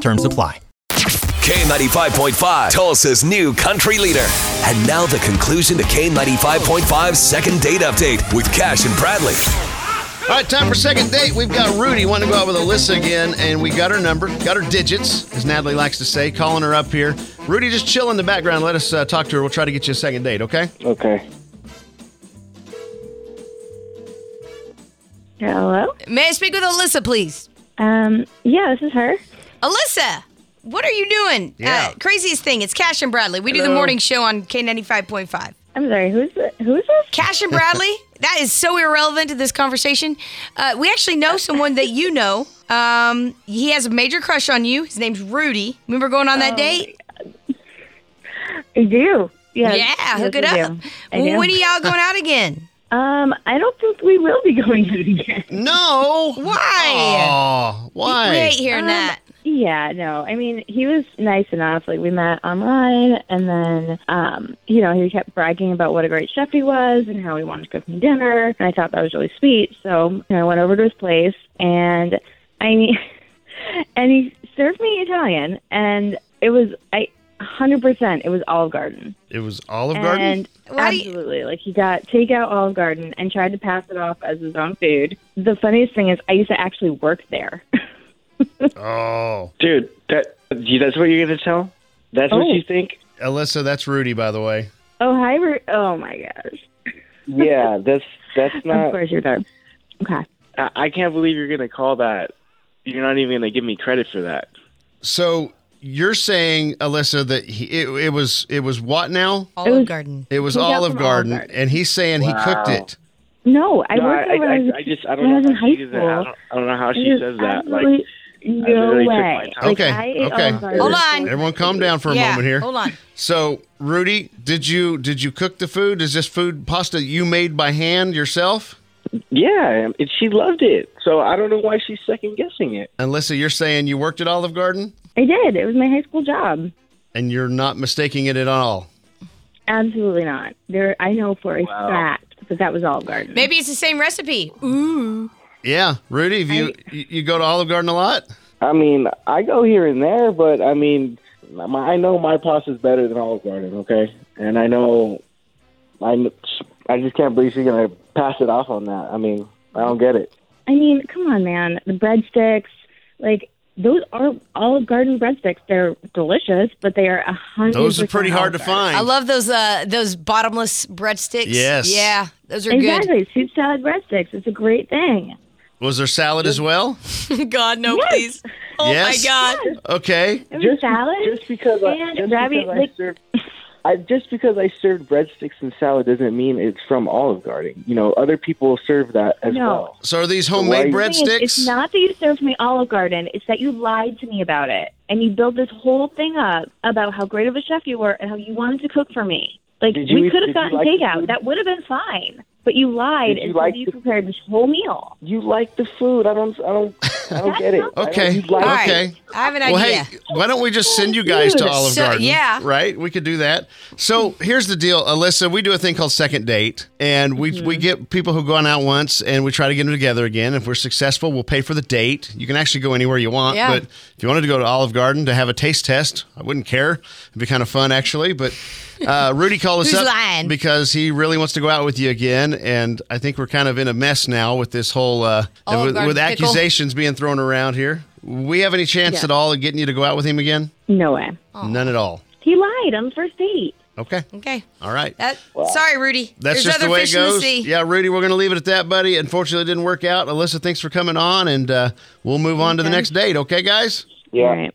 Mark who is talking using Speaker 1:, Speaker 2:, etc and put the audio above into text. Speaker 1: Terms apply.
Speaker 2: K95.5, Tulsa's new country leader. And now the conclusion to K95.5's second date update with Cash and Bradley.
Speaker 3: All right, time for second date. We've got Rudy. Want to go out with Alyssa again, and we got her number, got her digits, as Natalie likes to say. Calling her up here. Rudy, just chill in the background. Let us uh, talk to her. We'll try to get you a second date. Okay?
Speaker 4: Okay.
Speaker 5: Hello.
Speaker 6: May I speak with Alyssa, please?
Speaker 5: Um. Yeah, this is her.
Speaker 6: Alyssa, what are you doing? Uh,
Speaker 3: Yeah.
Speaker 6: craziest thing. It's Cash and Bradley. We do the morning show on K95.5.
Speaker 5: I'm sorry. Who's th- who's this?
Speaker 6: Cash and Bradley, that is so irrelevant to this conversation. Uh, we actually know someone that you know. Um, he has a major crush on you. His name's Rudy. Remember going on
Speaker 5: Oh,
Speaker 6: that date?
Speaker 5: I do. Yeah.
Speaker 6: yeah, hook it
Speaker 5: I
Speaker 6: up.
Speaker 5: do. I
Speaker 6: Well,
Speaker 5: do.
Speaker 6: when are y'all going out again?
Speaker 5: um. I don't think we will be going out again.
Speaker 3: No.
Speaker 6: Why?
Speaker 3: Aw, why?
Speaker 6: We hate hearing
Speaker 5: Um,
Speaker 6: that.
Speaker 5: Yeah. No. I mean, he was nice enough. Like we met online, and then um, you know, he kept bragging about what a great chef he was and how he wanted to cook me dinner, and I thought that was really sweet. So you know, I went over to his place, and I and he served me Italian, and it was I. 100% it was Olive Garden.
Speaker 3: It was Olive Garden.
Speaker 5: And
Speaker 6: Why do you-
Speaker 5: absolutely, like he got takeout Olive Garden and tried to pass it off as his own food. The funniest thing is, I used to actually work there.
Speaker 3: Oh,
Speaker 4: Dude, that you, that's what you're gonna tell? That's
Speaker 5: Oh.
Speaker 4: what you think?
Speaker 3: Alyssa, that's Rudy, by the way.
Speaker 5: oh hi, Ru- oh my gosh!
Speaker 4: Yeah, that's that's
Speaker 5: of
Speaker 4: not.
Speaker 5: course you're there. Okay,
Speaker 4: I, I can't believe you're gonna call that. You're not even gonna give me credit for that.
Speaker 3: So you're saying, Alyssa, that he, it, it was it was what now?
Speaker 6: Olive Garden.
Speaker 3: It was
Speaker 5: He got
Speaker 3: Olive
Speaker 5: from Olive
Speaker 3: Garden,
Speaker 5: Garden.
Speaker 3: and he's saying he cooked
Speaker 4: Wow.
Speaker 3: it.
Speaker 5: no, I
Speaker 4: No,
Speaker 5: worked there when I, was,
Speaker 4: I just I
Speaker 5: when I
Speaker 4: don't
Speaker 5: was
Speaker 4: know
Speaker 5: in
Speaker 4: how she
Speaker 5: high
Speaker 4: does that. I
Speaker 5: school.
Speaker 4: don't, I don't know how
Speaker 5: It
Speaker 4: she
Speaker 5: was
Speaker 4: does that. Like,
Speaker 5: absolutely no
Speaker 4: really took my
Speaker 5: way.
Speaker 4: time.
Speaker 5: Like,
Speaker 3: Okay,
Speaker 5: I ate
Speaker 3: okay.
Speaker 5: Olive Garden.
Speaker 6: Hold on.
Speaker 3: Everyone, calm down for a
Speaker 6: yeah,
Speaker 3: moment here.
Speaker 6: Hold on.
Speaker 3: So, Rudy, did you did you cook the food? Is this food pasta you made by hand yourself?
Speaker 4: yeah, and she loved it. So I don't know why she's second guessing it.
Speaker 3: And Lisa, you're saying you worked at Olive Garden
Speaker 5: I did. It was my high school job.
Speaker 3: and you're not mistaking it at all.
Speaker 5: Absolutely not. There, I know for a
Speaker 4: Wow.
Speaker 5: fact that that was Olive Garden.
Speaker 6: Maybe it's the same recipe.
Speaker 3: Yeah, Rudy, if you you you go to Olive Garden a lot?
Speaker 4: I mean, I go here and there, but I mean, my, I know my pasta's better than Olive Garden, okay? And I know, I I just can't believe she's gonna pass it off on that. I mean, I don't get it.
Speaker 5: I mean, come on, man. The breadsticks, like those are Olive Garden breadsticks. They're delicious, but they are a hundred.
Speaker 3: Those are pretty
Speaker 5: percent
Speaker 3: hard to
Speaker 5: Olive Garden.
Speaker 3: find.
Speaker 6: I love those uh those bottomless breadsticks.
Speaker 3: Yes.
Speaker 6: Yeah, those are
Speaker 5: Exactly, soup salad breadsticks. It's a great thing.
Speaker 3: Was there salad as well?
Speaker 6: good. God no,
Speaker 5: Yes.
Speaker 6: please. Oh
Speaker 3: Yes.
Speaker 6: my God.
Speaker 3: Okay.
Speaker 5: It was salad.
Speaker 4: just because I,
Speaker 5: and
Speaker 4: just
Speaker 5: ravi-
Speaker 4: because I
Speaker 5: like-
Speaker 4: served. I, just because I served breadsticks and salad doesn't mean it's from Olive Garden. You know, other people serve that as
Speaker 5: No.
Speaker 4: well.
Speaker 3: So are these homemade
Speaker 4: Why-
Speaker 5: The thing is,
Speaker 3: breadsticks?
Speaker 5: It's not that you served me Olive Garden. It's that you lied to me about it, and you built this whole thing up about how great of a chef you were and how you wanted to cook for me. Like
Speaker 4: Did you
Speaker 5: we
Speaker 4: eat-
Speaker 5: could
Speaker 4: did you
Speaker 5: have gotten
Speaker 4: like the
Speaker 5: takeout.
Speaker 4: food?
Speaker 5: That would have been fine. But you lied
Speaker 4: Did you
Speaker 5: and
Speaker 4: like
Speaker 5: you
Speaker 4: the-
Speaker 5: prepared this whole meal.
Speaker 4: You like the food. I don't. I don't. I don't get it. I don't-
Speaker 3: Okay.
Speaker 4: you like-
Speaker 6: All right.
Speaker 3: Okay.
Speaker 6: I have an
Speaker 3: Well,
Speaker 6: idea.
Speaker 3: hey, why don't we just send you guys to
Speaker 5: Dude.
Speaker 3: Olive
Speaker 6: So-
Speaker 3: Garden?
Speaker 6: yeah.
Speaker 3: Right? We could do that. So here's the deal, Alyssa. We do a thing called Second Date, and we,
Speaker 6: Mm-hmm.
Speaker 3: we get people who've gone out once and we try to get them together again. If we're successful, we'll pay for the date. You can actually go anywhere you want,
Speaker 6: Yeah.
Speaker 3: but if you wanted to go to Olive Garden to have a taste test, I wouldn't care. It'd be kind of fun, actually. But uh, Rudy called us
Speaker 6: Who's
Speaker 3: up
Speaker 6: lying?
Speaker 3: because he really wants to go out with you again, and I think we're kind of in a mess now with this whole uh,
Speaker 6: Olive
Speaker 3: with,
Speaker 6: Garden
Speaker 3: with
Speaker 6: pickle.
Speaker 3: accusations being thrown around here. We have any chance at all of getting you to go out with him again?
Speaker 5: No way.
Speaker 6: Oh.
Speaker 3: None at all.
Speaker 5: He lied on the first date.
Speaker 3: Okay.
Speaker 6: okay.
Speaker 3: All right.
Speaker 6: That, Sorry, Rudy.
Speaker 3: That's
Speaker 6: There's
Speaker 3: just
Speaker 6: other
Speaker 3: the way
Speaker 6: fish
Speaker 3: it goes.
Speaker 6: in the sea.
Speaker 3: Yeah, Rudy, we're going to leave it at that, buddy. Unfortunately, it didn't work out. Alyssa, thanks for coming on, and uh, we'll move on to the next date. Okay, guys?
Speaker 4: Yeah.
Speaker 5: All right.